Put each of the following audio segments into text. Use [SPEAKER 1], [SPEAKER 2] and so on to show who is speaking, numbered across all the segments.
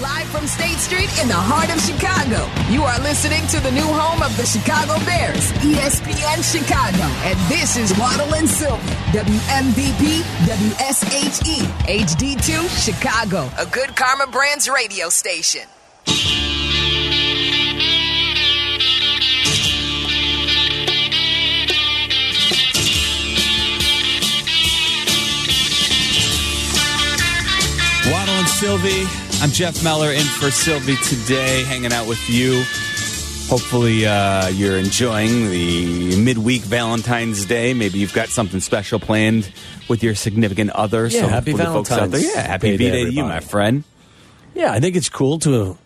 [SPEAKER 1] Live from State Street in the heart of Chicago, you are listening to the new home of the Chicago Bears, E ESPN Chicago. And this is Waddle and Silver, WMVP, WSHE, HD2, Chicago, a good Karma Brands radio station.
[SPEAKER 2] Waddle and Sylvie. I'm Jeff Meller in for Sylvie today, hanging out with you. Hopefully, uh, you're enjoying the midweek Valentine's Day. Maybe you've got something special planned with your significant other.
[SPEAKER 3] Yeah, happy
[SPEAKER 2] for the folks out there.
[SPEAKER 3] Valentine's
[SPEAKER 2] Yeah, happy
[SPEAKER 3] Day to
[SPEAKER 2] V Day to you,
[SPEAKER 3] everybody.
[SPEAKER 2] my friend.
[SPEAKER 3] Yeah, I think it's cool to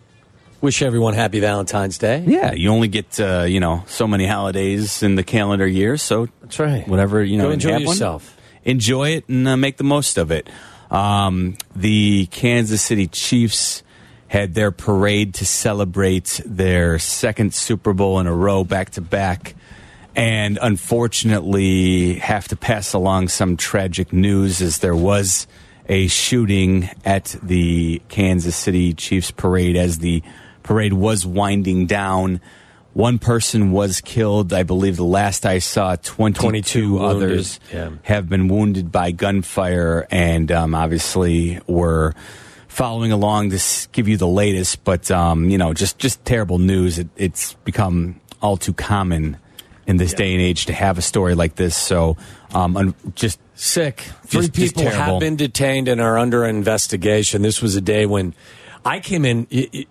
[SPEAKER 3] wish everyone happy Valentine's Day.
[SPEAKER 2] Yeah, you only get uh, you know so many holidays in the calendar year, so
[SPEAKER 3] That's right.
[SPEAKER 2] Whatever you know,
[SPEAKER 3] Go
[SPEAKER 2] and
[SPEAKER 3] enjoy
[SPEAKER 2] have one.
[SPEAKER 3] yourself.
[SPEAKER 2] Enjoy it and uh, make the most of it. Um, the Kansas City Chiefs had their parade to celebrate their second Super Bowl in a row, back to back, and unfortunately have to pass along some tragic news as there was a shooting at the Kansas City Chiefs parade as the parade was winding down. One person was killed. I believe the last I saw, 22,
[SPEAKER 3] 22 wounded.
[SPEAKER 2] others
[SPEAKER 3] Yeah.
[SPEAKER 2] have been wounded by gunfire and um, obviously were following along to s- give you the latest. But, um, you know, just, just terrible news. It, it's become all too common in this day and age to have a story like this. So um, un- just
[SPEAKER 3] Sick. Three
[SPEAKER 2] Just- just
[SPEAKER 3] people
[SPEAKER 2] terrible.
[SPEAKER 3] have been detained and are under investigation. This was a day when I came in. y- y-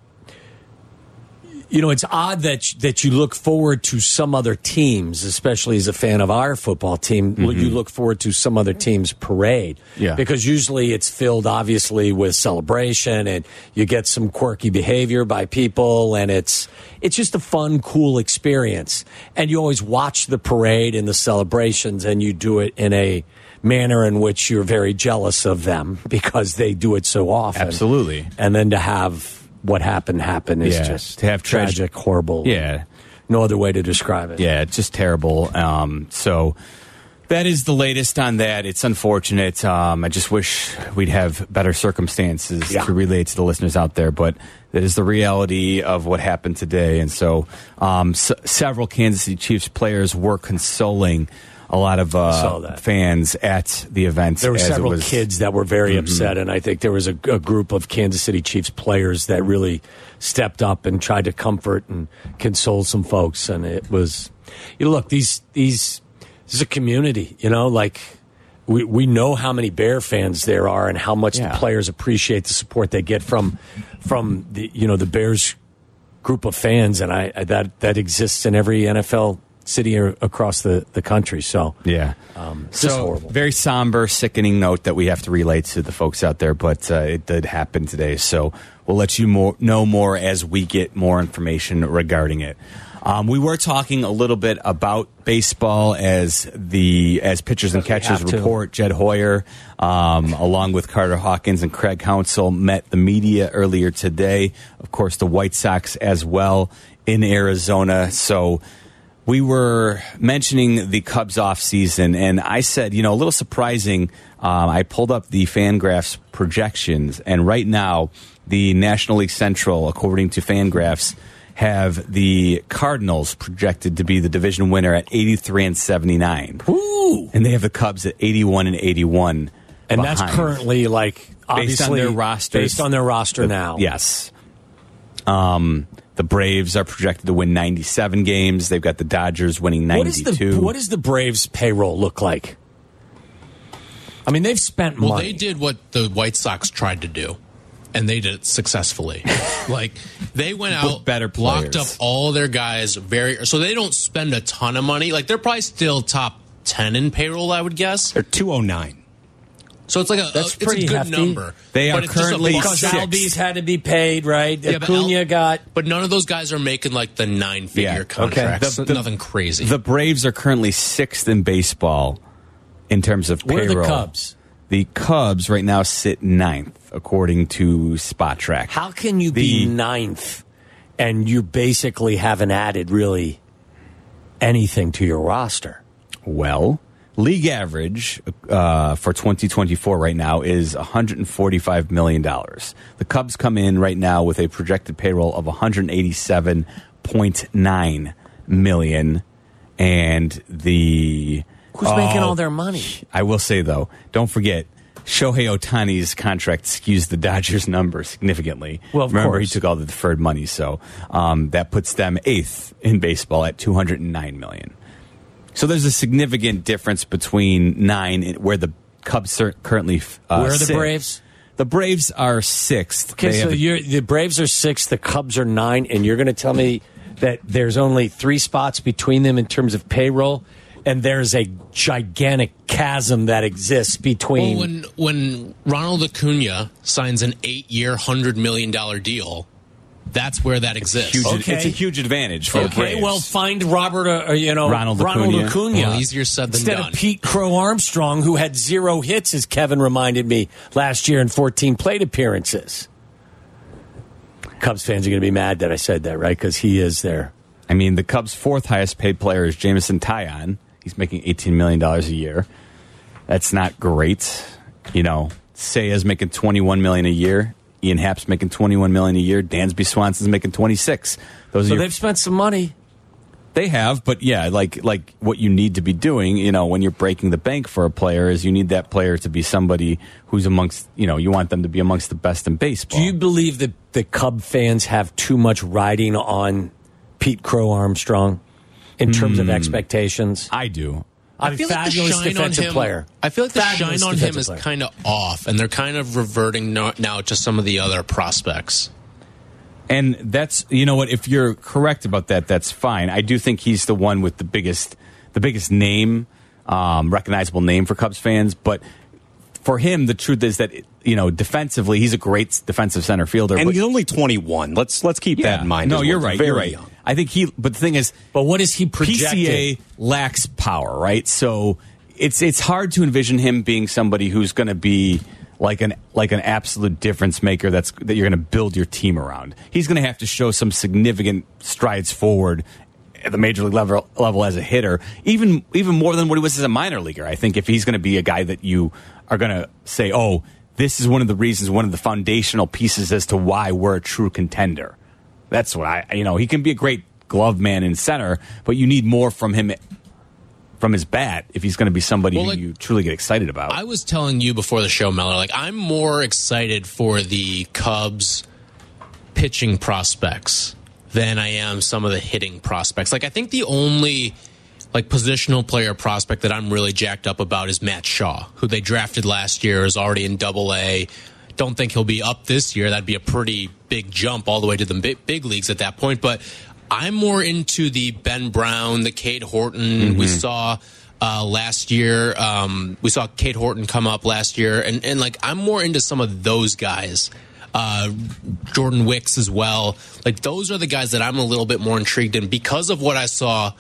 [SPEAKER 3] you know, it's odd that that you look forward to some other teams, especially as a fan of our football team. You look forward to some other team's parade,
[SPEAKER 2] Mm-hmm. Yeah.
[SPEAKER 3] because usually it's filled obviously with celebration, and you get some quirky behavior by people, and it's it's just a fun, cool experience. And you always watch the parade and the celebrations, and you do it in a manner in which you're very jealous of them because they do it so often,
[SPEAKER 2] Absolutely.
[SPEAKER 3] And then to have what happened happen is
[SPEAKER 2] Yeah,
[SPEAKER 3] just
[SPEAKER 2] to have tragi-
[SPEAKER 3] tragic, horrible.
[SPEAKER 2] Yeah.
[SPEAKER 3] no other way to describe it.
[SPEAKER 2] Yeah, it's just terrible. Um, so that is the latest on that. It's unfortunate. Um, I just wish we'd have better circumstances
[SPEAKER 3] Yeah.
[SPEAKER 2] to relate to the listeners out there, but that is the reality of what happened today. And so um, s- several Kansas City Chiefs players were consoling a lot of
[SPEAKER 3] Saw
[SPEAKER 2] uh,
[SPEAKER 3] that.
[SPEAKER 2] fans at the event.
[SPEAKER 3] There were
[SPEAKER 2] as it
[SPEAKER 3] several
[SPEAKER 2] was- Mm-hmm.
[SPEAKER 3] kids that were very upset, and I think there was a, a group of Kansas City Chiefs players that really stepped up and tried to comfort and console some folks. And it was, you know, look, these these this is a community, you know, like we we know how many Bear fans there are and how much
[SPEAKER 2] Yeah.
[SPEAKER 3] the players appreciate the support they get from from the you know the Bears group of fans, and I, I that that exists in every NFL city or across the the country. So
[SPEAKER 2] Yeah.
[SPEAKER 3] Um, just
[SPEAKER 2] so
[SPEAKER 3] horrible.
[SPEAKER 2] very somber, sickening note that we have to relate to the folks out there, but uh, it did happen today. So we'll let you more, know more as we get more information regarding it. Um, we were talking a little bit about baseball as the as pitchers and
[SPEAKER 3] Because we
[SPEAKER 2] catchers
[SPEAKER 3] have to.
[SPEAKER 2] report. Jed Hoyer, um, along with Carter Hawkins and Craig Council, met the media earlier today. Of course, the White Sox as well in Arizona. So we were mentioning the Cubs off season, and I said, you know, a little surprising. Um, I pulled up the Fangraphs projections, and right now, the National League Central, according to Fangraphs, have the Cardinals projected to be the division winner at 83 and 79,
[SPEAKER 3] Ooh.
[SPEAKER 2] and they have the Cubs at 81 and 81.
[SPEAKER 3] and that's
[SPEAKER 2] behind.
[SPEAKER 3] currently like
[SPEAKER 2] Based on
[SPEAKER 3] obviously
[SPEAKER 2] their rosters.
[SPEAKER 3] based on their roster now.
[SPEAKER 2] Yes. Um, the Braves are projected to win 97 games. They've got the Dodgers winning
[SPEAKER 3] What is
[SPEAKER 2] 92.
[SPEAKER 3] the what does the Braves payroll look like? I mean, they've spent
[SPEAKER 4] Well,
[SPEAKER 3] money.
[SPEAKER 4] they did what the White Sox tried to do, and they did it successfully. like they went out,
[SPEAKER 2] With better
[SPEAKER 4] locked up
[SPEAKER 2] players.
[SPEAKER 4] all their guys very. So they don't spend a ton of money. Like they're probably still top ten in payroll, I would guess.
[SPEAKER 5] They're 209.
[SPEAKER 4] So it's like a
[SPEAKER 3] That's
[SPEAKER 4] a- it's
[SPEAKER 3] pretty
[SPEAKER 4] a good
[SPEAKER 3] hefty.
[SPEAKER 4] number.
[SPEAKER 2] They
[SPEAKER 4] But
[SPEAKER 2] are
[SPEAKER 4] it's just a
[SPEAKER 2] currently
[SPEAKER 4] lot.
[SPEAKER 3] Because
[SPEAKER 2] Sixth.
[SPEAKER 3] Albies had to be paid, right?
[SPEAKER 4] Yeah, but Al-
[SPEAKER 3] Acuna got
[SPEAKER 4] But none of those guys are making like the nine figure
[SPEAKER 2] okay.
[SPEAKER 4] contracts.
[SPEAKER 2] The- the-
[SPEAKER 4] Nothing crazy.
[SPEAKER 2] The Braves are currently sixth in baseball in terms of
[SPEAKER 3] Where are the
[SPEAKER 2] payroll.
[SPEAKER 3] Cubs?
[SPEAKER 2] The Cubs right now sit ninth, according to Spot Track.
[SPEAKER 3] How can you
[SPEAKER 2] The-
[SPEAKER 3] be ninth and you basically haven't added really anything to your roster?
[SPEAKER 2] well, League average uh, for 2024 right now is 145 million dollars. The Cubs come in right now with a projected payroll of 187.9 million, and the
[SPEAKER 3] Who's
[SPEAKER 2] Oh,
[SPEAKER 3] making all their money?
[SPEAKER 2] I will say though, don't forget Shohei Otani's contract skews the Dodgers' number significantly.
[SPEAKER 3] Well, of
[SPEAKER 2] remember
[SPEAKER 3] course.
[SPEAKER 2] he took all the deferred money, so um, that puts them eighth in baseball at two hundred and nine million. So there's a significant difference between nine and where the Cubs are currently. Uh,
[SPEAKER 3] Where are the
[SPEAKER 2] sit.
[SPEAKER 3] Braves?
[SPEAKER 2] The Braves are sixth.
[SPEAKER 3] Okay,
[SPEAKER 2] They
[SPEAKER 3] so
[SPEAKER 2] have a-
[SPEAKER 3] you're, the Braves are six, the Cubs are nine, and you're going to tell me that there's only three spots between them in terms of payroll, and there's a gigantic chasm that exists between.
[SPEAKER 4] Well, when when Ronald Acuna signs an eight-year, hundred million dollar deal, that's where that exists.
[SPEAKER 2] huge,
[SPEAKER 3] Okay.
[SPEAKER 2] It's a huge advantage for the
[SPEAKER 3] okay,
[SPEAKER 2] Braves.
[SPEAKER 3] well, find Robert, uh, uh, you know,
[SPEAKER 2] Ronald Acuna.
[SPEAKER 4] Well, easier said than
[SPEAKER 3] Instead
[SPEAKER 4] done.
[SPEAKER 3] of Pete Crow Armstrong, who had zero hits, as Kevin reminded me last year in 14 plate appearances. Cubs fans are going to be mad that I said that, right? Because he is there.
[SPEAKER 2] I mean, the Cubs' fourth highest paid player is Jamison Tyon. He's making $18 million a year. That's not great. You know, Saya's making $21 million a year. Ian Happ's making $21 million a year. Dansby Swanson's making 26 Those
[SPEAKER 3] So
[SPEAKER 2] are your,
[SPEAKER 3] they've spent some money.
[SPEAKER 2] they have, but yeah, like like what you need to be doing, you know, when you're breaking the bank for a player is you need that player to be somebody who's amongst, you know, you want them to be amongst the best in baseball.
[SPEAKER 3] Do you believe that the Cub fans have too much riding on Pete Crow Armstrong in terms of expectations?
[SPEAKER 2] I do.
[SPEAKER 3] Hmm. I, mean, fabulous defensive
[SPEAKER 4] him,
[SPEAKER 3] player.
[SPEAKER 4] I feel like the
[SPEAKER 3] Fabulous
[SPEAKER 4] shine on him
[SPEAKER 3] defensive
[SPEAKER 4] is
[SPEAKER 3] player.
[SPEAKER 4] kind of off, and they're kind of reverting no, now to some of the other prospects.
[SPEAKER 2] And that's you know what if you're correct about that that's fine. I do think he's the one with the biggest the biggest name um, recognizable name for Cubs fans, but for him the truth is that you know defensively he's a great defensive center fielder
[SPEAKER 5] And
[SPEAKER 2] but-
[SPEAKER 5] he's only 21. Let's let's keep that in mind.
[SPEAKER 2] No,
[SPEAKER 5] as well.
[SPEAKER 2] you're
[SPEAKER 5] He's
[SPEAKER 2] right.
[SPEAKER 5] very
[SPEAKER 2] You're right.
[SPEAKER 5] young.
[SPEAKER 2] I think he but the thing is
[SPEAKER 3] But what is he projecting?
[SPEAKER 2] PCA lacks power, right? So it's it's hard to envision him being somebody who's going to be like an like an absolute difference maker. That's that you're going to build your team around. He's going to have to show some significant strides forward at the major league level level as a hitter, even even more than what he was as a minor leaguer. I think if he's going to be a guy that you are going to say, oh. This is one of the reasons, one of the foundational pieces as to why we're a true contender. That's what I, you know, he can be a great glove man in center, but you need more from him from his bat if he's going to be somebody
[SPEAKER 4] Well,
[SPEAKER 2] who
[SPEAKER 4] like-
[SPEAKER 2] you truly get excited about.
[SPEAKER 4] I was telling you before the show, Mellor, like I'm more excited for the Cubs pitching prospects than I am some of the hitting prospects. Like I think the only like positional player prospect that I'm really jacked up about is Matt Shaw, who they drafted last year, is already in double A. Don't think he'll be up this year. That'd be a pretty big jump all the way to the big, big leagues at that point. But I'm more into the Ben Brown, the Cade Horton. We saw uh, last year, um, we saw Cade Horton come up last year. And, and like, I'm more into some of those guys uh, Jordan Wicks as well. Like those are the guys that I'm a little bit more intrigued in because of what I saw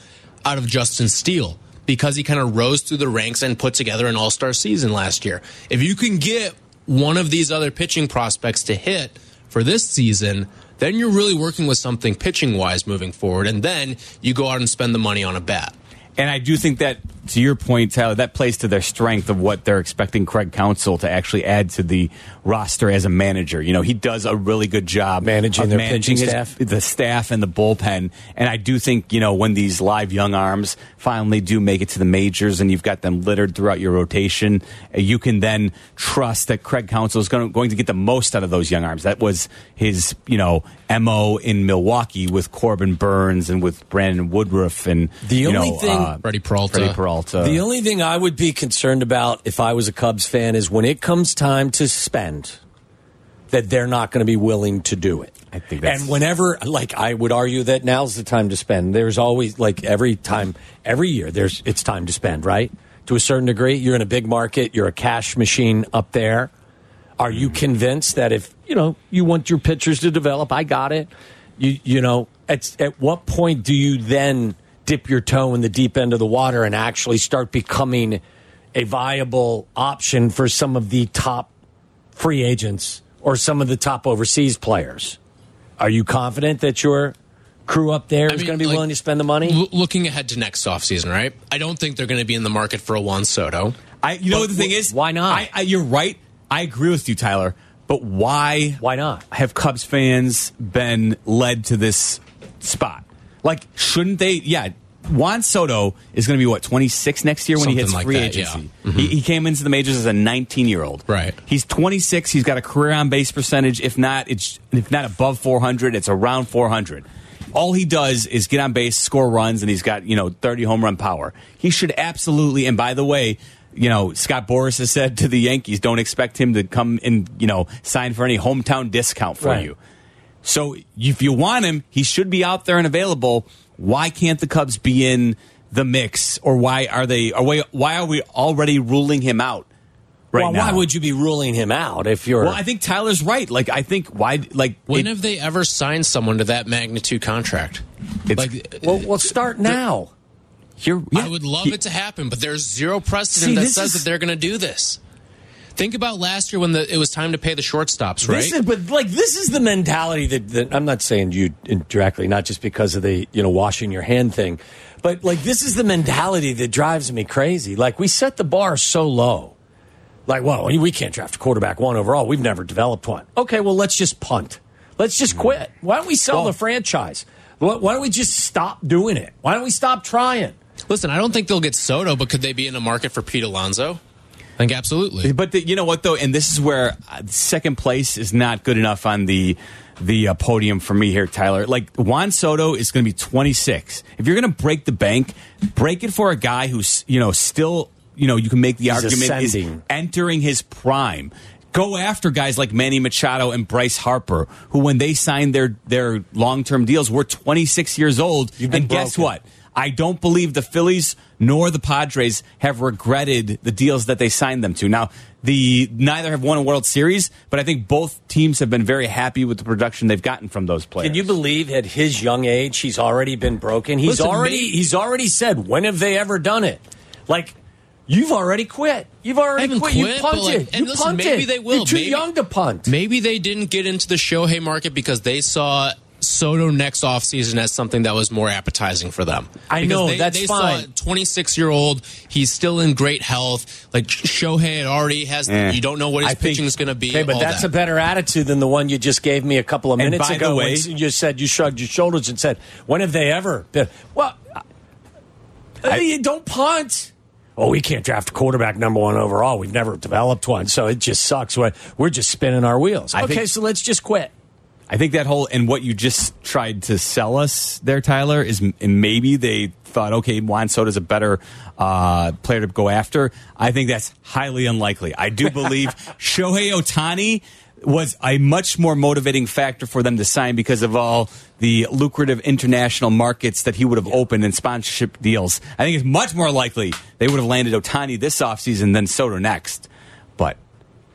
[SPEAKER 4] out of Justin Steele. Because he kind of rose through the ranks and put together an All Star season last year. If you can get one of these other pitching prospects to hit for this season, then you're really working with something pitching wise moving forward. And then you go out and spend the money on a bat.
[SPEAKER 2] and I do think that, to your point, Tyler, that plays to their strength of what they're expecting Craig Council to actually add to the roster as a manager. You know, he does a really good job
[SPEAKER 3] Managing
[SPEAKER 2] of
[SPEAKER 3] their pitching
[SPEAKER 2] his-
[SPEAKER 3] staff.
[SPEAKER 2] the staff and the bullpen. And I do think, you know, when these live young arms finally do make it to the majors and you've got them littered throughout your rotation, uh, you can then trust that Craig Counsell is going, going to get the most out of those young arms. That was his, you know, MO in Milwaukee with Corbin Burns and with Brandon Woodruff and,
[SPEAKER 3] The
[SPEAKER 2] you
[SPEAKER 3] only
[SPEAKER 2] know,
[SPEAKER 3] thing-
[SPEAKER 2] uh,
[SPEAKER 4] Freddie Peralta.
[SPEAKER 2] Freddie Peralta.
[SPEAKER 3] The only thing I would be concerned about if I was a Cubs fan is when it comes time to spend, that they're not going to be willing to do it.
[SPEAKER 2] I think that's-
[SPEAKER 3] and whenever, like, I would argue that now's the time to spend. There's always, like, every time, every year, there's it's time to spend, right? To a certain degree, you're in a big market, you're a cash machine up there. Are you convinced that if you know you want your pitchers to develop, I got it. You you know at at what point do you then dip your toe in the deep end of the water and actually start becoming a viable option for some of the top free agents or some of the top overseas players? Are you confident that you're crew up there who's
[SPEAKER 4] mean,
[SPEAKER 3] going to be
[SPEAKER 4] like,
[SPEAKER 3] willing to spend the money?
[SPEAKER 4] L- looking ahead to next offseason, right? I don't think they're going to be in the market for a Juan Soto.
[SPEAKER 2] I, you know
[SPEAKER 3] But
[SPEAKER 2] what the thing
[SPEAKER 3] wh-
[SPEAKER 2] is?
[SPEAKER 3] why not?
[SPEAKER 2] I, I, you're right. I agree with you, Tyler. But why?
[SPEAKER 3] Why not?
[SPEAKER 2] Have Cubs fans been led to this spot? Like, shouldn't they? Yeah, Juan Soto is going to be what 26 next year when he
[SPEAKER 4] Something
[SPEAKER 2] hits
[SPEAKER 4] like
[SPEAKER 2] free
[SPEAKER 4] that, yeah.
[SPEAKER 2] agency. He, he came into the majors as a 19 year old.
[SPEAKER 4] Right.
[SPEAKER 2] He's 26. He's got a career on base percentage. If not, it's if not above 400, it's around 400. All he does is get on base, score runs, and he's got you know 30 home run power. He should absolutely. And by the way, you know Scott Boris has said to the Yankees, don't expect him to come and you know sign for any hometown discount for
[SPEAKER 3] Right.
[SPEAKER 2] you. So if you want him, he should be out there and available. Why can't the Cubs be in the mix, or why are they? Are we, why are we already ruling him out right
[SPEAKER 3] well,
[SPEAKER 2] now?
[SPEAKER 3] why would you be ruling him out if you're?
[SPEAKER 2] Well, I think Tyler's right. Like, I think why, like,
[SPEAKER 4] When
[SPEAKER 2] it-
[SPEAKER 4] have they ever signed someone to that magnitude contract?
[SPEAKER 2] It's-
[SPEAKER 4] like,
[SPEAKER 3] well, well, start now.
[SPEAKER 2] you're,
[SPEAKER 4] I would love it to happen, but there's zero
[SPEAKER 2] See,
[SPEAKER 4] precedent that
[SPEAKER 2] this
[SPEAKER 4] says
[SPEAKER 2] is-
[SPEAKER 4] that they're going to do this. Think about last year when the, it was time to pay the shortstops, right?
[SPEAKER 3] This is, but like this is the mentality that, that I'm not saying you directly, not just because of the you know washing your hand thing, but like this is the mentality that drives me crazy. Like we set the bar so low, like well we can't draft a quarterback one overall. We've never developed one. Okay, well let's just punt. Let's just quit. Why don't we sell the franchise? Why why don't we just stop doing it? Why don't we stop trying?
[SPEAKER 4] Listen, I don't think they'll get Soto, but could they be in a market for Pete Alonso? I think absolutely.
[SPEAKER 2] But the, you know what though, and this is where uh, second place is not good enough on the the uh, podium for me here, Tyler. Like Juan Soto is going to be 26. If you're going to break the bank, break it for a guy who's you know still you know you can make the argument is
[SPEAKER 3] ascending.
[SPEAKER 2] entering his prime. Go after guys like Manny Machado and Bryce Harper, who when they signed their their long term deals were 26 years old.
[SPEAKER 3] You've been
[SPEAKER 2] and guess
[SPEAKER 3] broken.
[SPEAKER 2] what? I don't believe the Phillies nor the Padres have regretted the deals that they signed them to. Now, the neither have won a World Series, but I think both teams have been very happy with the production they've gotten from those players.
[SPEAKER 3] Can you believe at his young age he's already been broken? He's
[SPEAKER 4] Listen,
[SPEAKER 3] already
[SPEAKER 4] maybe-
[SPEAKER 3] he's already said when have they ever done it? Like you've already quit. You've already
[SPEAKER 4] haven't
[SPEAKER 3] quit. You
[SPEAKER 4] quit, but,
[SPEAKER 3] punted.
[SPEAKER 4] like-
[SPEAKER 3] you
[SPEAKER 4] and listen,
[SPEAKER 3] punted.
[SPEAKER 4] maybe they will.
[SPEAKER 3] You're too
[SPEAKER 4] Maybe-
[SPEAKER 3] young to punt.
[SPEAKER 4] Maybe they didn't get into the Shohei market because they saw Soto next offseason as something that was more appetizing for them.
[SPEAKER 3] I
[SPEAKER 4] Because
[SPEAKER 3] know,
[SPEAKER 4] they,
[SPEAKER 3] that's
[SPEAKER 4] they Saw
[SPEAKER 3] fine.
[SPEAKER 4] 26 year old, he's still in great health. Like Shohei had already has,
[SPEAKER 2] Eh.
[SPEAKER 4] you don't know what his
[SPEAKER 2] I think-
[SPEAKER 4] pitching is going to be.
[SPEAKER 3] Okay, but
[SPEAKER 4] all
[SPEAKER 3] that's
[SPEAKER 4] that.
[SPEAKER 3] a better attitude than the one you just gave me a couple of
[SPEAKER 2] And
[SPEAKER 3] minutes
[SPEAKER 2] by
[SPEAKER 3] ago.
[SPEAKER 2] the way-
[SPEAKER 3] when you said you shrugged your shoulders and said, "When have they ever?" Been? Well, I, you don't punt. Oh, we can't draft a quarterback number one overall. We've never developed one, so it just sucks. We're, we're just spinning our wheels.
[SPEAKER 2] I
[SPEAKER 3] okay,
[SPEAKER 2] think-
[SPEAKER 3] so let's just quit.
[SPEAKER 2] I think that whole and what you just tried to sell us there, Tyler, is m- and maybe they thought, okay, Juan Soto's a better uh, player to go after. I think that's highly unlikely. I do believe Shohei Otani was a much more motivating factor for them to sign because of all the lucrative international markets that he would have opened and sponsorship deals. I think it's much more likely they would have landed Otani this offseason than Soto next. But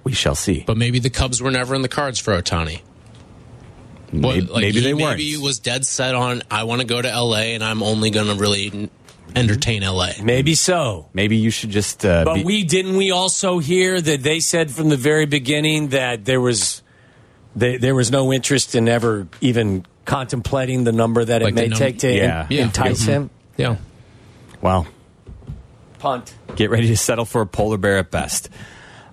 [SPEAKER 2] we shall see.
[SPEAKER 4] But maybe the Cubs were never in the cards for Otani. What-
[SPEAKER 2] maybe
[SPEAKER 4] like,
[SPEAKER 2] maybe
[SPEAKER 4] he
[SPEAKER 2] they weren't.
[SPEAKER 4] Maybe he was dead set on I want to go to LA and I'm only going to really n- entertain LA.
[SPEAKER 3] Maybe so.
[SPEAKER 2] Maybe you should just. Uh,
[SPEAKER 3] But
[SPEAKER 2] be-
[SPEAKER 3] we didn't. We also hear that they said from the very beginning that there was they, there was no interest in ever even contemplating the number that
[SPEAKER 4] Like
[SPEAKER 3] it
[SPEAKER 4] the
[SPEAKER 3] may
[SPEAKER 4] num-
[SPEAKER 3] take to en-
[SPEAKER 2] Yeah. Yeah.
[SPEAKER 3] entice him.
[SPEAKER 4] Yeah.
[SPEAKER 2] Well,
[SPEAKER 3] Punt.
[SPEAKER 2] get ready to settle for a polar bear at best.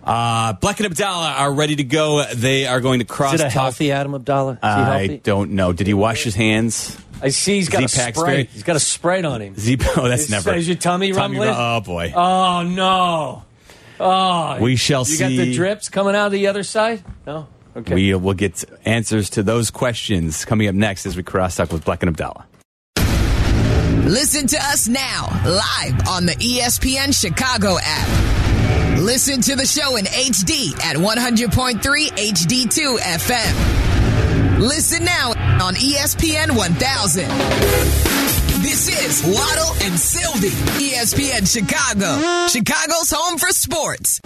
[SPEAKER 2] Uh, Black and Abdallah are ready to go. They are going to cross.
[SPEAKER 3] Is it a healthy Adam Abdallah? Is he
[SPEAKER 2] I
[SPEAKER 3] healthy?
[SPEAKER 2] don't know. Did he wash his hands?
[SPEAKER 3] I see he's got
[SPEAKER 2] Z
[SPEAKER 3] a
[SPEAKER 2] Pax
[SPEAKER 3] spray.
[SPEAKER 2] very-
[SPEAKER 3] He's got a spray on him.
[SPEAKER 2] Zebo, oh, that's
[SPEAKER 3] Is-
[SPEAKER 2] never.
[SPEAKER 3] is your tummy rumbling?
[SPEAKER 2] ru- Oh boy,
[SPEAKER 3] Oh no! Oh,
[SPEAKER 2] we shall
[SPEAKER 3] you
[SPEAKER 2] see.
[SPEAKER 3] got the drips coming out of the other side? No. Okay.
[SPEAKER 2] We will get answers to those questions coming up next as we cross talk with Black and Abdallah.
[SPEAKER 1] Listen to us now, live on the E ESPN Chicago app. Listen to the show in HD at 100.3 HD2 FM. Listen now on E ESPN 1000. This is Waddle and Sylvie, E ESPN Chicago, Chicago's home for sports.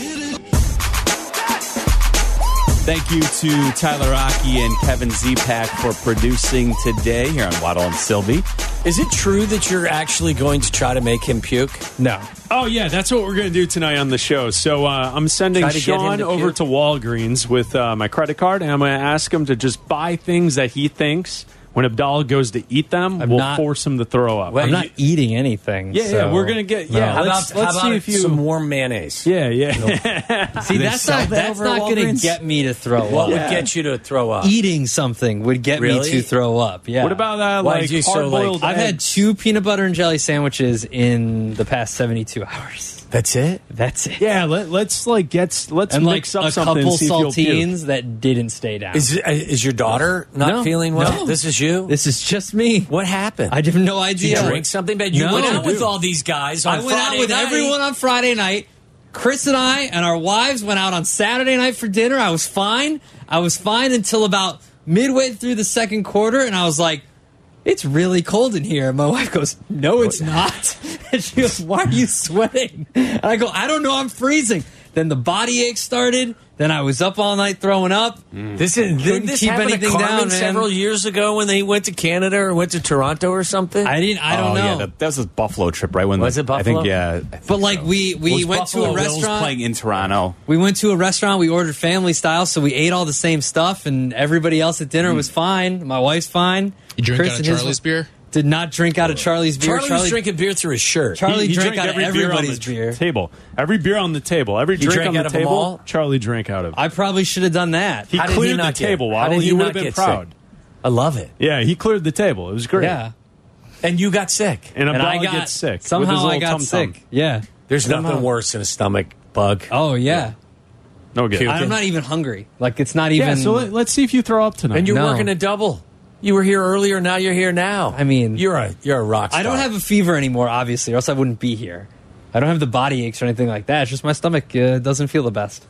[SPEAKER 2] Thank you to Tyler Rocky and Kevin Zipak for producing today here on Waddle and Sylvie.
[SPEAKER 3] Is it true that you're actually going to try to make him puke?
[SPEAKER 6] No. Oh yeah, that's what we're going to do tonight on the show. So uh, I'm sending
[SPEAKER 3] Try to get him
[SPEAKER 6] Sean
[SPEAKER 3] to
[SPEAKER 6] over
[SPEAKER 3] puke.
[SPEAKER 6] to Walgreens with uh, my credit card, and I'm going to ask him to just buy things that he thinks When Abdallah goes to eat them,
[SPEAKER 7] I'm
[SPEAKER 6] we'll
[SPEAKER 7] not-
[SPEAKER 6] force him to throw up.
[SPEAKER 7] I'm not eating anything.
[SPEAKER 6] Yeah, yeah,
[SPEAKER 7] so-
[SPEAKER 6] we're gonna get- yeah,
[SPEAKER 7] No.
[SPEAKER 6] How
[SPEAKER 3] How
[SPEAKER 6] Let's-
[SPEAKER 3] about,
[SPEAKER 6] let's
[SPEAKER 3] how
[SPEAKER 6] see
[SPEAKER 3] about
[SPEAKER 6] if you-
[SPEAKER 3] some warm mayonnaise?
[SPEAKER 6] yeah, yeah.
[SPEAKER 7] See, that's
[SPEAKER 2] sell
[SPEAKER 7] not
[SPEAKER 2] that
[SPEAKER 7] that's
[SPEAKER 2] over
[SPEAKER 7] not
[SPEAKER 2] at
[SPEAKER 7] going
[SPEAKER 2] Walgreens?
[SPEAKER 7] to get me to throw
[SPEAKER 3] What
[SPEAKER 7] up.
[SPEAKER 3] would get you to throw up?
[SPEAKER 7] Eating something would get
[SPEAKER 3] Really?
[SPEAKER 7] me to throw up. Yeah.
[SPEAKER 6] What about uh,
[SPEAKER 3] Why
[SPEAKER 6] like
[SPEAKER 3] do you so, like-
[SPEAKER 6] hard-boiled
[SPEAKER 7] I've had
[SPEAKER 6] eggs?
[SPEAKER 7] two peanut butter and jelly sandwiches in the past 72 hours.
[SPEAKER 3] That's it.
[SPEAKER 7] That's it.
[SPEAKER 6] Yeah, let, let's like get s- let's
[SPEAKER 7] And like
[SPEAKER 6] mix up
[SPEAKER 7] a
[SPEAKER 6] something.
[SPEAKER 7] couple
[SPEAKER 6] see if you'll puke.
[SPEAKER 7] saltines that didn't stay down.
[SPEAKER 3] Is is your daughter not
[SPEAKER 7] No.
[SPEAKER 3] feeling well?
[SPEAKER 7] No.
[SPEAKER 3] This is you.
[SPEAKER 7] this is just me.
[SPEAKER 3] what happened?
[SPEAKER 7] I have no
[SPEAKER 3] Did you
[SPEAKER 7] idea.
[SPEAKER 3] drink something? But you
[SPEAKER 7] No,
[SPEAKER 3] went out
[SPEAKER 7] dude.
[SPEAKER 3] with all these guys. On
[SPEAKER 7] I went out
[SPEAKER 3] Friday
[SPEAKER 7] with
[SPEAKER 3] night.
[SPEAKER 7] everyone on Friday night. Chris and I and our wives went out on Saturday night for dinner. I was fine. I was fine until about midway through the second quarter, and I was like, it's really cold in here. And my wife goes,
[SPEAKER 2] Oh,
[SPEAKER 7] No, it's not. And she goes, Why are you sweating? And I go, I don't know. I'm freezing. Then the body ache started. Then I was up all night throwing up.
[SPEAKER 2] Mm.
[SPEAKER 3] This is didn't
[SPEAKER 7] Couldn't
[SPEAKER 3] this
[SPEAKER 7] keep
[SPEAKER 3] happen to
[SPEAKER 7] anything
[SPEAKER 3] Carmen
[SPEAKER 7] down, man.
[SPEAKER 3] several years ago when they went to Canada or went to Toronto or something.
[SPEAKER 7] I didn't, I don't
[SPEAKER 2] oh,
[SPEAKER 7] know.
[SPEAKER 2] Yeah, that, that was a Buffalo trip, right? When
[SPEAKER 3] Was
[SPEAKER 2] the-
[SPEAKER 3] it
[SPEAKER 2] I think
[SPEAKER 3] Buffalo?
[SPEAKER 2] yeah. I think
[SPEAKER 7] but like,
[SPEAKER 2] so.
[SPEAKER 7] we, we
[SPEAKER 2] Was
[SPEAKER 7] went
[SPEAKER 2] Buffalo
[SPEAKER 7] to a
[SPEAKER 2] Bills
[SPEAKER 7] restaurant.
[SPEAKER 2] playing in Toronto.
[SPEAKER 7] We went to a restaurant. We ordered family style, so we ate all the same stuff, and everybody else at dinner was fine. My wife's fine.
[SPEAKER 4] You drink
[SPEAKER 7] Chris
[SPEAKER 4] out of
[SPEAKER 7] and his-
[SPEAKER 4] Charlie's beer?
[SPEAKER 7] Did not drink out of Charlie's beer.
[SPEAKER 3] Charlie was drinking beer through his shirt.
[SPEAKER 7] Charlie
[SPEAKER 6] He- he
[SPEAKER 7] drank,
[SPEAKER 6] drank
[SPEAKER 7] out of
[SPEAKER 6] every beer on
[SPEAKER 7] everybody's
[SPEAKER 6] the tr-
[SPEAKER 7] beer.
[SPEAKER 6] table. Every beer on the table. Every drink
[SPEAKER 3] drank
[SPEAKER 6] on
[SPEAKER 3] out
[SPEAKER 6] the
[SPEAKER 3] of them all?
[SPEAKER 6] table. Charlie drank out of.
[SPEAKER 7] I probably should have done that.
[SPEAKER 6] he
[SPEAKER 3] How did he
[SPEAKER 6] cleared the
[SPEAKER 3] not get-
[SPEAKER 6] table.
[SPEAKER 3] how
[SPEAKER 6] Waddle.
[SPEAKER 3] did he
[SPEAKER 6] you
[SPEAKER 3] not
[SPEAKER 6] would have been
[SPEAKER 3] get
[SPEAKER 6] proud.
[SPEAKER 3] I love it.
[SPEAKER 6] Yeah, he cleared the table. It was great.
[SPEAKER 7] yeah,
[SPEAKER 3] And you got sick.
[SPEAKER 6] And
[SPEAKER 7] and
[SPEAKER 6] Abdallah
[SPEAKER 7] I got
[SPEAKER 6] gets sick. with his
[SPEAKER 7] Somehow I
[SPEAKER 6] little
[SPEAKER 7] got
[SPEAKER 6] tum-tum.
[SPEAKER 7] sick. Yeah.
[SPEAKER 3] There's nothing
[SPEAKER 7] Somehow.
[SPEAKER 3] worse than a stomach bug.
[SPEAKER 7] Oh yeah.
[SPEAKER 6] No good.
[SPEAKER 3] Puke.
[SPEAKER 7] I'm not even hungry. Like it's not even.
[SPEAKER 6] yeah, so let, us see if you throw up tonight.
[SPEAKER 3] And you're
[SPEAKER 7] No.
[SPEAKER 3] working a double. You were here earlier. Now you're here now.
[SPEAKER 7] I mean-
[SPEAKER 3] you're a you're a rock. Star.
[SPEAKER 7] I don't have a fever anymore, obviously, or else I wouldn't be here. I don't have the body aches or anything like that. It's just my stomach uh, doesn't feel the best.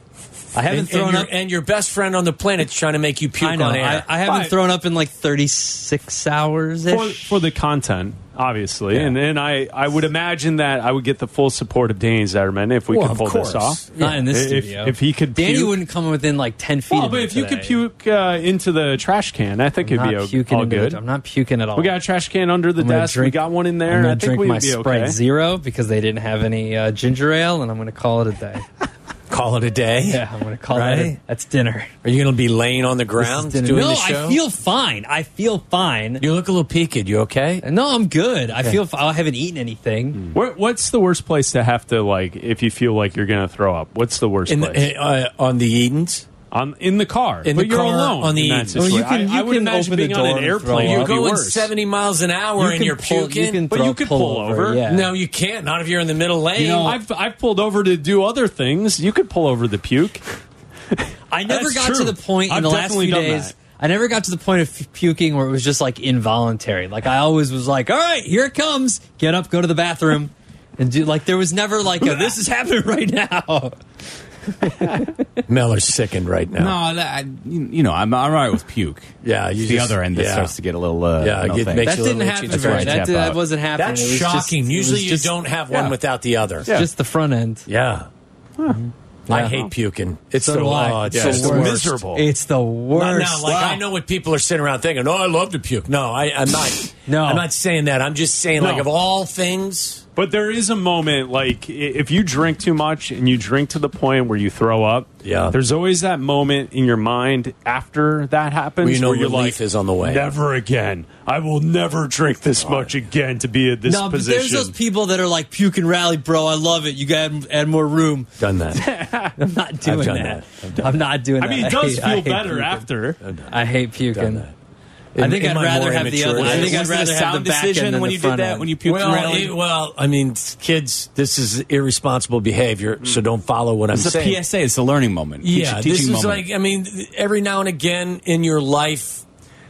[SPEAKER 7] I haven't
[SPEAKER 3] And,
[SPEAKER 7] thrown
[SPEAKER 3] and, your,
[SPEAKER 7] up.
[SPEAKER 3] and your best friend on the planet's trying to make you puke
[SPEAKER 7] I know.
[SPEAKER 3] on air.
[SPEAKER 7] I, I haven't
[SPEAKER 6] But-
[SPEAKER 7] thrown up in like 36 hours
[SPEAKER 6] for,
[SPEAKER 7] ish.
[SPEAKER 6] for the content, obviously, and and I, I would imagine that I would get the full support of Danny Zetterman if we
[SPEAKER 3] Well,
[SPEAKER 6] could
[SPEAKER 3] of
[SPEAKER 6] pull this
[SPEAKER 3] course.
[SPEAKER 6] off.
[SPEAKER 7] Not in this
[SPEAKER 6] If-
[SPEAKER 7] studio.
[SPEAKER 6] if he could
[SPEAKER 7] Danny
[SPEAKER 6] puke-
[SPEAKER 7] wouldn't come within like 10 feet.
[SPEAKER 6] Well,
[SPEAKER 7] of
[SPEAKER 6] but
[SPEAKER 7] me
[SPEAKER 6] if you could
[SPEAKER 7] today.
[SPEAKER 6] puke uh, into the trash can, I think
[SPEAKER 7] I'm
[SPEAKER 6] it'd
[SPEAKER 7] not
[SPEAKER 6] be o-
[SPEAKER 7] puking
[SPEAKER 6] all
[SPEAKER 7] into
[SPEAKER 6] good.
[SPEAKER 7] It. I'm not puking at all.
[SPEAKER 6] we got a trash can under the
[SPEAKER 7] I'm gonna
[SPEAKER 6] desk. we
[SPEAKER 7] drink-
[SPEAKER 6] got one in there.
[SPEAKER 7] I'm
[SPEAKER 6] I
[SPEAKER 7] gonna
[SPEAKER 6] think
[SPEAKER 7] drink
[SPEAKER 6] we'd
[SPEAKER 7] my
[SPEAKER 6] be
[SPEAKER 7] Sprite
[SPEAKER 6] okay.
[SPEAKER 7] Zero because they didn't have any uh, ginger ale, and I'm going to call it a day.
[SPEAKER 3] Call it a day.
[SPEAKER 7] yeah, I'm going to call it.
[SPEAKER 3] Right?
[SPEAKER 7] A, that's dinner.
[SPEAKER 3] Are you going to be laying on the ground
[SPEAKER 7] This is
[SPEAKER 3] doing
[SPEAKER 7] dinner. No,
[SPEAKER 3] the show?
[SPEAKER 7] I feel fine. I feel fine.
[SPEAKER 3] you look a little peaked. You okay?
[SPEAKER 7] No, I'm good. I feel. fi- I haven't eaten anything.
[SPEAKER 6] Where, what's the worst place to have to like if you feel like you're gonna throw up? What's the worst
[SPEAKER 3] In
[SPEAKER 6] place?
[SPEAKER 3] the, uh, on the Edens.
[SPEAKER 6] on in the car,
[SPEAKER 3] In
[SPEAKER 6] but
[SPEAKER 3] the
[SPEAKER 6] you're
[SPEAKER 3] car,
[SPEAKER 6] alone
[SPEAKER 3] on the
[SPEAKER 6] in that
[SPEAKER 3] evening.
[SPEAKER 6] situation.
[SPEAKER 7] Well, you can-
[SPEAKER 6] I, I
[SPEAKER 7] you
[SPEAKER 6] would
[SPEAKER 7] can
[SPEAKER 6] imagine
[SPEAKER 7] open the
[SPEAKER 6] being on
[SPEAKER 7] door
[SPEAKER 6] an
[SPEAKER 7] and throw
[SPEAKER 6] airplane.
[SPEAKER 7] up.
[SPEAKER 6] would
[SPEAKER 3] You're
[SPEAKER 6] be
[SPEAKER 3] going
[SPEAKER 6] worse.
[SPEAKER 3] 70 miles an hour and you're
[SPEAKER 7] pull-
[SPEAKER 3] puking.
[SPEAKER 7] You can
[SPEAKER 6] But
[SPEAKER 7] throw,
[SPEAKER 6] you could pull over.
[SPEAKER 7] Yeah.
[SPEAKER 3] no, you can't. Not if you're in the middle lane.
[SPEAKER 6] You know, I've I've pulled over to do other things. You could pull over the puke.
[SPEAKER 7] I never
[SPEAKER 6] That's
[SPEAKER 7] got to
[SPEAKER 6] true.
[SPEAKER 7] the point in
[SPEAKER 6] I've
[SPEAKER 7] the last
[SPEAKER 6] definitely
[SPEAKER 7] few
[SPEAKER 6] done
[SPEAKER 7] days.
[SPEAKER 6] that.
[SPEAKER 7] I never got to the point of puking where it was just like involuntary. Like I always was like, "All right, here it comes. Get up, go to the bathroom." And do like there was never like a, this is happening right now.
[SPEAKER 3] Meller's sickened right now.
[SPEAKER 2] No, that, I- you you know, I'm, I'm all right with puke.
[SPEAKER 3] Yeah, you
[SPEAKER 2] the
[SPEAKER 3] just-
[SPEAKER 2] other end that
[SPEAKER 3] yeah.
[SPEAKER 2] starts to get a little. Uh,
[SPEAKER 3] Yeah,
[SPEAKER 2] no thanks.
[SPEAKER 3] it makes-
[SPEAKER 7] That
[SPEAKER 3] Actually, let
[SPEAKER 7] didn't
[SPEAKER 3] me
[SPEAKER 7] happen.
[SPEAKER 3] change-
[SPEAKER 7] Very,
[SPEAKER 2] that's why I
[SPEAKER 7] that,
[SPEAKER 2] tap
[SPEAKER 7] did- that
[SPEAKER 2] out.
[SPEAKER 7] wasn't happening.
[SPEAKER 3] That's
[SPEAKER 7] It was just-
[SPEAKER 3] shocking.
[SPEAKER 7] it was
[SPEAKER 3] Usually
[SPEAKER 7] just-
[SPEAKER 3] you don't have one
[SPEAKER 6] yeah.
[SPEAKER 3] without the other.
[SPEAKER 6] Yeah.
[SPEAKER 7] Just the front end.
[SPEAKER 3] Yeah. I
[SPEAKER 7] Yeah.
[SPEAKER 3] hate puking. It's
[SPEAKER 7] So
[SPEAKER 3] the,
[SPEAKER 7] do I.
[SPEAKER 3] oh, it's
[SPEAKER 7] Yeah,
[SPEAKER 3] the
[SPEAKER 7] it's the
[SPEAKER 3] worst.
[SPEAKER 7] worst. It's the
[SPEAKER 3] Not
[SPEAKER 7] worst.
[SPEAKER 3] now, like I know what people are sitting around thinking. Oh, I love to puke. No, I, I'm not.
[SPEAKER 7] No.
[SPEAKER 3] I'm not saying that. I'm just saying, like,
[SPEAKER 6] No.
[SPEAKER 3] of all things,
[SPEAKER 6] But there is a moment like i- if you drink too much and you drink to the point where you throw up.
[SPEAKER 3] Yeah.
[SPEAKER 6] There's always that moment in your mind after that happens
[SPEAKER 3] Where you know
[SPEAKER 6] where you're
[SPEAKER 3] relief
[SPEAKER 6] like,
[SPEAKER 3] is on the way.
[SPEAKER 6] Never again. I will never drink this much again to be in this
[SPEAKER 7] No, but
[SPEAKER 6] position.
[SPEAKER 7] there's those people that are like puke and rally, bro. I love it. You got to add more room.
[SPEAKER 3] done that.
[SPEAKER 7] I'm not doing
[SPEAKER 3] done
[SPEAKER 7] that.
[SPEAKER 3] that. I've
[SPEAKER 7] I'm not doing
[SPEAKER 6] I
[SPEAKER 7] that.
[SPEAKER 6] mean, it does
[SPEAKER 7] hate-
[SPEAKER 6] feel
[SPEAKER 7] hate
[SPEAKER 6] better
[SPEAKER 7] puking.
[SPEAKER 6] after.
[SPEAKER 7] I
[SPEAKER 3] Done
[SPEAKER 7] hate puking.
[SPEAKER 3] that.
[SPEAKER 7] I think
[SPEAKER 3] In- in
[SPEAKER 7] I'd
[SPEAKER 3] my
[SPEAKER 7] rather
[SPEAKER 3] more
[SPEAKER 7] have the
[SPEAKER 3] immature
[SPEAKER 7] other. I
[SPEAKER 3] days.
[SPEAKER 7] think I'd
[SPEAKER 2] Was it a
[SPEAKER 7] rather have
[SPEAKER 2] sound
[SPEAKER 7] the back end
[SPEAKER 2] decision
[SPEAKER 7] than
[SPEAKER 2] when
[SPEAKER 7] the
[SPEAKER 2] you
[SPEAKER 7] front
[SPEAKER 2] did that?
[SPEAKER 7] end.
[SPEAKER 2] When you puked
[SPEAKER 3] well,
[SPEAKER 2] around?
[SPEAKER 3] it- well, I mean, kids, this is irresponsible behavior, so don't follow what I'm
[SPEAKER 2] it's
[SPEAKER 3] saying.
[SPEAKER 2] a PSA. It's a learning moment.
[SPEAKER 3] Yeah,
[SPEAKER 2] Teach-
[SPEAKER 3] this is
[SPEAKER 2] teaching moment.
[SPEAKER 3] like I mean, th- every now and again in your life,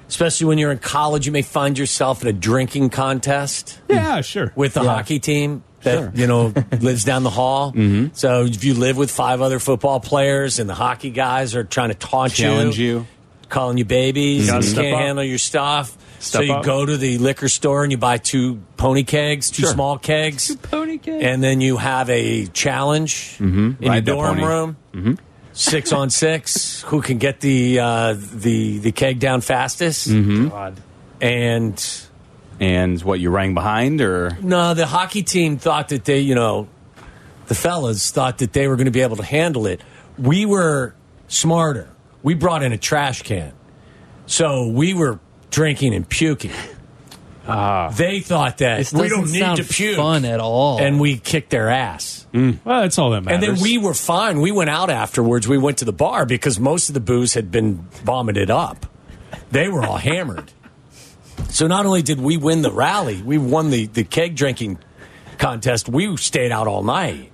[SPEAKER 3] especially when you're in college, you may find yourself in a drinking contest
[SPEAKER 6] Yeah, sure.
[SPEAKER 3] with the hockey team that you know lives down the hall. So if you live with five other football players and the hockey guys are trying to taunt
[SPEAKER 2] challenge you.
[SPEAKER 3] calling you babies, you,
[SPEAKER 6] gotta step
[SPEAKER 3] can't
[SPEAKER 6] up.
[SPEAKER 3] handle your stuff. so
[SPEAKER 6] Step
[SPEAKER 3] you
[SPEAKER 6] up.
[SPEAKER 3] go to the liquor store and you buy two pony kegs, two
[SPEAKER 2] Sure.
[SPEAKER 3] small kegs,
[SPEAKER 7] pony kegs.
[SPEAKER 3] and then you have a challenge in
[SPEAKER 2] Ride that
[SPEAKER 3] your dorm
[SPEAKER 2] pony.
[SPEAKER 3] room, six on six, who can get the uh, the the keg down fastest,
[SPEAKER 7] God.
[SPEAKER 3] and
[SPEAKER 2] And what you rang behind, or
[SPEAKER 3] no, the hockey team thought that they, you know, the fellas thought that they were going to be able to handle it. We were smarter. We brought in a trash can. So we were drinking and puking. they thought that
[SPEAKER 7] Ah. This
[SPEAKER 3] we
[SPEAKER 7] doesn't
[SPEAKER 3] don't need
[SPEAKER 7] sound
[SPEAKER 3] to puke,
[SPEAKER 7] fun at all.
[SPEAKER 3] and we kicked their ass.
[SPEAKER 6] Well, that's all that
[SPEAKER 3] And
[SPEAKER 6] matters.
[SPEAKER 3] then we were fine. We went out afterwards. We went to the bar because most of the booze had been vomited up. They were all hammered. So not only did we win the rally, we won the, the keg drinking contest. We stayed out all night.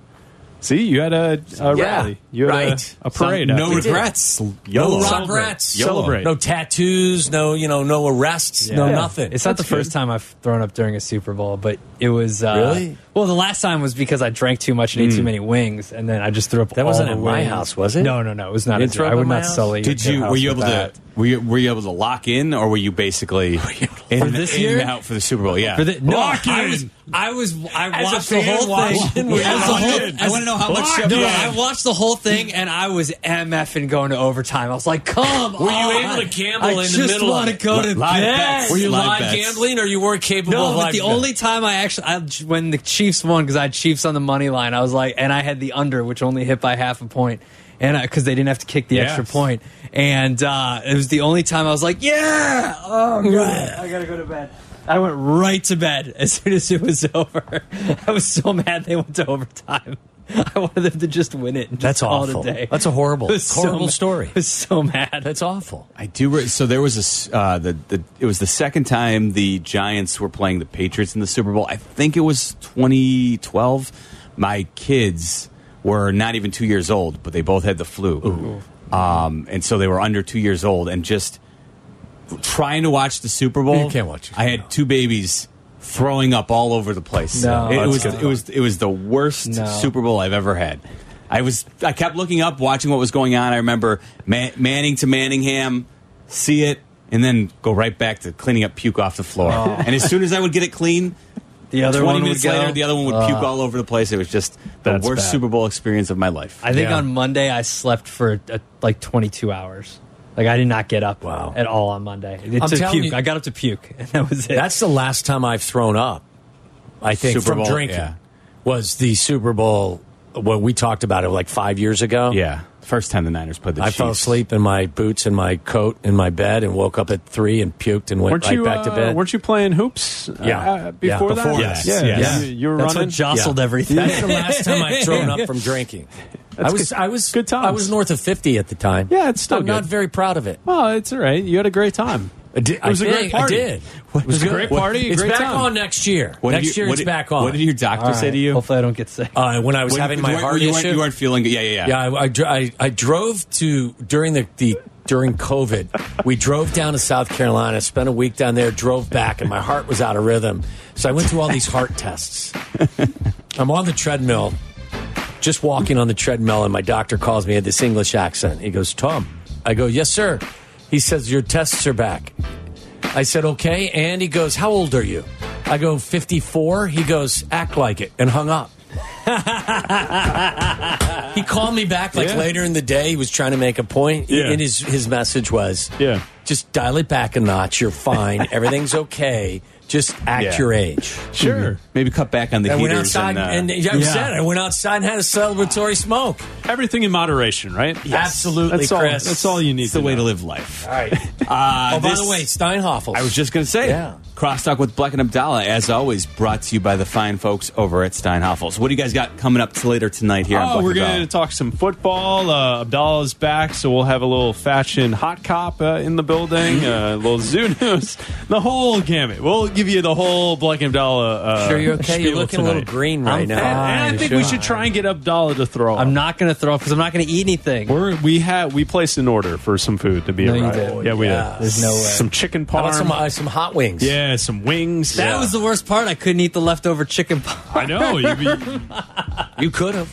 [SPEAKER 6] see you had a, a
[SPEAKER 3] Yeah,
[SPEAKER 6] rally, you had
[SPEAKER 3] right.
[SPEAKER 6] a, a parade.
[SPEAKER 5] no
[SPEAKER 6] after.
[SPEAKER 5] regrets. YOLO.
[SPEAKER 3] No
[SPEAKER 6] Celebrate.
[SPEAKER 3] regrets.
[SPEAKER 5] YOLO.
[SPEAKER 6] Celebrate.
[SPEAKER 3] No tattoos. No, you know, no arrests. No
[SPEAKER 7] Yeah.
[SPEAKER 3] nothing.
[SPEAKER 7] It's not the first time I've thrown up during a Super Bowl, but it was uh,
[SPEAKER 3] Really?
[SPEAKER 7] Well, the last time was because I drank too much and ate too many wings, and then I just threw up.
[SPEAKER 3] Mm. That
[SPEAKER 7] all
[SPEAKER 3] wasn't
[SPEAKER 7] the
[SPEAKER 3] at my
[SPEAKER 7] wings.
[SPEAKER 3] house, was it?
[SPEAKER 7] No, no, no. It was not.
[SPEAKER 3] You
[SPEAKER 7] at-
[SPEAKER 3] threw up
[SPEAKER 7] I would
[SPEAKER 3] at my
[SPEAKER 7] not
[SPEAKER 3] house?
[SPEAKER 7] sully.
[SPEAKER 2] Did
[SPEAKER 7] your
[SPEAKER 2] you
[SPEAKER 7] house
[SPEAKER 2] were you
[SPEAKER 7] with
[SPEAKER 2] able
[SPEAKER 7] that.
[SPEAKER 2] to were you, were you able to lock in or were you basically in, and-
[SPEAKER 7] this
[SPEAKER 2] in
[SPEAKER 7] year?
[SPEAKER 2] and out for the Super Bowl? Yeah.
[SPEAKER 7] For the, no,
[SPEAKER 2] lock
[SPEAKER 7] I
[SPEAKER 2] in.
[SPEAKER 7] was, I was, I
[SPEAKER 3] a
[SPEAKER 7] watched
[SPEAKER 3] fan
[SPEAKER 7] the whole
[SPEAKER 3] watching,
[SPEAKER 7] thing.
[SPEAKER 3] we
[SPEAKER 7] As the
[SPEAKER 3] locked
[SPEAKER 7] whole,
[SPEAKER 3] in.
[SPEAKER 7] I want to know how
[SPEAKER 2] Locked
[SPEAKER 7] No,
[SPEAKER 2] in.
[SPEAKER 7] I watched the whole thing, and I was mfing going to overtime. I was like, "Come
[SPEAKER 3] Were
[SPEAKER 7] on!"
[SPEAKER 3] you able to gamble
[SPEAKER 7] I
[SPEAKER 3] in the
[SPEAKER 7] just
[SPEAKER 3] middle of
[SPEAKER 7] want to
[SPEAKER 3] it?
[SPEAKER 7] go to
[SPEAKER 2] Live
[SPEAKER 7] bed.
[SPEAKER 2] bets.
[SPEAKER 3] Were you
[SPEAKER 2] Live
[SPEAKER 3] live
[SPEAKER 2] bets.
[SPEAKER 3] gambling, or you were capable
[SPEAKER 7] No,
[SPEAKER 3] of
[SPEAKER 7] but
[SPEAKER 3] live
[SPEAKER 7] the
[SPEAKER 3] bet?
[SPEAKER 7] only time I actually I, when the Chiefs won because I had Chiefs on the money line, I was like, and I had the under, which only hit by half a point, and because they didn't have to kick the extra
[SPEAKER 6] Yes.
[SPEAKER 7] point, and uh, it was the only time I was like, yeah, oh god, I gotta go to bed. I went right to bed as soon as it was over. I was so mad they went to overtime. I wanted them to just win it. And just
[SPEAKER 3] That's
[SPEAKER 7] call it
[SPEAKER 3] awful.
[SPEAKER 7] a day.
[SPEAKER 3] That's a horrible-
[SPEAKER 7] It was so
[SPEAKER 3] horrible
[SPEAKER 7] ma-
[SPEAKER 3] story.
[SPEAKER 7] I was so mad.
[SPEAKER 3] That's awful.
[SPEAKER 2] I do. Re- so there was a s- uh, the the it was the second time the Giants were playing the Patriots in the Super Bowl. I think it was 2012. My kids were not even two years old, but they both had the flu, um, and so they were under two years old and just trying to watch the Super Bowl.
[SPEAKER 3] You can't watch it.
[SPEAKER 2] I had two babies throwing up all over the place.
[SPEAKER 7] No.
[SPEAKER 2] it, it
[SPEAKER 7] That's
[SPEAKER 2] was
[SPEAKER 7] good.
[SPEAKER 2] it was it was the worst
[SPEAKER 7] No.
[SPEAKER 2] Super Bowl I've ever had. I was I kept looking up, watching what was going on. I remember Man- Manning to Manningham, see it, and then go right back to cleaning up puke off the floor. And as soon as I would get it clean,
[SPEAKER 7] The other
[SPEAKER 2] twenty
[SPEAKER 7] one
[SPEAKER 2] minutes
[SPEAKER 7] would go.
[SPEAKER 2] later, the other one would puke all over the place. It was just the
[SPEAKER 6] That's
[SPEAKER 2] worst
[SPEAKER 6] bad.
[SPEAKER 2] Super Bowl experience of my life.
[SPEAKER 7] I think
[SPEAKER 3] Yeah.
[SPEAKER 7] on Monday I slept for uh, like 22 hours. Like I did not get up
[SPEAKER 3] Wow.
[SPEAKER 7] at all on Monday. It
[SPEAKER 3] I'm
[SPEAKER 7] to
[SPEAKER 3] telling
[SPEAKER 7] puke.
[SPEAKER 3] you-
[SPEAKER 7] I got up to puke, and that was it.
[SPEAKER 3] That's the last time I've thrown up. I think
[SPEAKER 2] Super
[SPEAKER 3] from
[SPEAKER 2] Bowl,
[SPEAKER 3] drinking
[SPEAKER 2] yeah.
[SPEAKER 3] was the Super Bowl. What we talked about it like five years ago.
[SPEAKER 2] yeah, first time the Niners played the
[SPEAKER 3] I
[SPEAKER 2] Chiefs.
[SPEAKER 3] fell asleep in my boots and my coat in my bed and woke up at three and puked and went
[SPEAKER 6] weren't
[SPEAKER 3] right
[SPEAKER 6] you
[SPEAKER 3] back to
[SPEAKER 6] uh,
[SPEAKER 3] bed.
[SPEAKER 6] Weren't you playing hoops? uh,
[SPEAKER 3] Yeah.
[SPEAKER 6] uh,
[SPEAKER 3] Yeah,
[SPEAKER 6] before that.
[SPEAKER 3] before
[SPEAKER 2] that.
[SPEAKER 6] Yeah,
[SPEAKER 2] Yes.
[SPEAKER 6] You, you were
[SPEAKER 7] That's
[SPEAKER 6] running.
[SPEAKER 7] what jostled
[SPEAKER 3] Yeah.
[SPEAKER 7] everything.
[SPEAKER 3] That's the last time I've thrown up from drinking. I was
[SPEAKER 6] good-
[SPEAKER 3] I was
[SPEAKER 6] good times.
[SPEAKER 3] I was north of fifty at the time.
[SPEAKER 6] Yeah, it's still
[SPEAKER 3] I'm not
[SPEAKER 6] good.
[SPEAKER 3] very proud of it.
[SPEAKER 6] well, it's all right. You had a great time.
[SPEAKER 3] I did,
[SPEAKER 6] It was
[SPEAKER 3] I
[SPEAKER 6] a great
[SPEAKER 3] think
[SPEAKER 6] party.
[SPEAKER 3] I did.
[SPEAKER 6] It was a great party, a
[SPEAKER 3] It's
[SPEAKER 6] great
[SPEAKER 3] back
[SPEAKER 6] time.
[SPEAKER 3] on next year.
[SPEAKER 2] What did
[SPEAKER 3] next
[SPEAKER 2] you-
[SPEAKER 3] year
[SPEAKER 2] what
[SPEAKER 3] it's
[SPEAKER 2] did-
[SPEAKER 3] back on.
[SPEAKER 2] What did your doctor
[SPEAKER 7] All
[SPEAKER 2] say to
[SPEAKER 7] right.
[SPEAKER 2] you?
[SPEAKER 7] Hopefully, I don't get sick.
[SPEAKER 3] uh, when I was
[SPEAKER 2] When-
[SPEAKER 3] having my
[SPEAKER 2] you weren't-
[SPEAKER 3] heart
[SPEAKER 2] you weren't,
[SPEAKER 3] issue.
[SPEAKER 2] you weren't feeling good. Yeah, yeah, yeah.
[SPEAKER 3] Yeah, I, I, dr- I, I drove to during the, the during COVID. we drove down to South Carolina, spent a week down there, drove back, and my heart was out of rhythm. So I went through all these heart tests. I'm on the treadmill, just walking on the treadmill, and my doctor calls me at this English accent. He goes, "Tom," I go, "Yes, sir." He says, "Your tests are back." I said, "Okay," and he goes, "How old are you?" I go, "54." He goes, "Act like it," and hung up. He called me back like
[SPEAKER 6] Yeah.
[SPEAKER 3] later in the day. He was trying to make a point,
[SPEAKER 6] Yeah.
[SPEAKER 3] and his his message was,
[SPEAKER 6] Yeah.
[SPEAKER 3] just dial it back a notch. You're fine. Everything's okay. Just act
[SPEAKER 2] Yeah.
[SPEAKER 3] your age."
[SPEAKER 6] Sure.
[SPEAKER 2] Mm-hmm. Maybe cut back on the
[SPEAKER 3] I went
[SPEAKER 2] heaters
[SPEAKER 3] outside, and,
[SPEAKER 2] and, uh,
[SPEAKER 3] I said I went outside and had a celebratory smoke.
[SPEAKER 6] Everything in moderation, right?
[SPEAKER 3] Absolutely,
[SPEAKER 6] That's
[SPEAKER 3] Chris.
[SPEAKER 6] All, that's all you need.
[SPEAKER 2] it's the
[SPEAKER 6] to
[SPEAKER 2] way
[SPEAKER 6] know.
[SPEAKER 2] to live life.
[SPEAKER 3] All right.
[SPEAKER 2] Uh,
[SPEAKER 3] oh, by
[SPEAKER 2] this-
[SPEAKER 3] the way, Steinhoffel.
[SPEAKER 2] I was just going to say,
[SPEAKER 3] Yeah.
[SPEAKER 2] crosstalk with Black and Abdallah, as always, brought to you by the fine folks over at Steinhoffels. What do you guys got coming up to later tonight here? on
[SPEAKER 6] Oh,
[SPEAKER 2] Black
[SPEAKER 6] we're
[SPEAKER 2] and
[SPEAKER 6] going to
[SPEAKER 2] Abdallah?
[SPEAKER 6] talk some football. Uh, Abdallah's back, so we'll have a little fashion hot cop uh, in the building, uh, a little zoo news, the whole gamut. We'll give you the whole Black and Abdallah. Uh,
[SPEAKER 3] sure you're okay. You're
[SPEAKER 6] spiel
[SPEAKER 3] looking a
[SPEAKER 6] tonight.
[SPEAKER 3] little green right
[SPEAKER 7] I'm
[SPEAKER 3] now.
[SPEAKER 7] fine.
[SPEAKER 6] And I
[SPEAKER 7] Fine,
[SPEAKER 6] think
[SPEAKER 7] sure.
[SPEAKER 6] we should try and get Abdallah to throw.
[SPEAKER 7] Ah, I'm
[SPEAKER 6] up.
[SPEAKER 7] not going to throw up because I'm not going to eat anything.
[SPEAKER 6] We're, we had we placed an order for some food to be
[SPEAKER 7] No, you
[SPEAKER 6] arrived.
[SPEAKER 7] didn't.
[SPEAKER 6] Yeah, we
[SPEAKER 3] Yeah.
[SPEAKER 6] did.
[SPEAKER 7] There's no way.
[SPEAKER 6] Some chicken
[SPEAKER 3] How about
[SPEAKER 6] parm.
[SPEAKER 3] some uh, some hot wings?
[SPEAKER 6] yeah, some wings.
[SPEAKER 7] that
[SPEAKER 6] Yeah.
[SPEAKER 7] was the worst part. I couldn't eat the leftover chicken. parm.
[SPEAKER 6] I know. You, you,
[SPEAKER 3] you could have.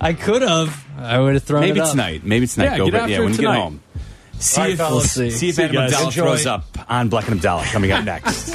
[SPEAKER 7] I could have. I would have thrown
[SPEAKER 2] Maybe
[SPEAKER 7] it up.
[SPEAKER 2] tonight. Maybe tonight.
[SPEAKER 6] Yeah,
[SPEAKER 2] Go
[SPEAKER 6] get
[SPEAKER 2] but-
[SPEAKER 6] after
[SPEAKER 2] yeah,
[SPEAKER 6] it
[SPEAKER 2] when you
[SPEAKER 6] tonight.
[SPEAKER 2] get home. See
[SPEAKER 7] right,
[SPEAKER 2] if,
[SPEAKER 7] fellas,
[SPEAKER 2] see,
[SPEAKER 7] see.
[SPEAKER 2] if
[SPEAKER 6] See you
[SPEAKER 2] Adam
[SPEAKER 6] guys.
[SPEAKER 2] Abdallah
[SPEAKER 6] Enjoy.
[SPEAKER 2] throws up on Black and Abdallah coming up next.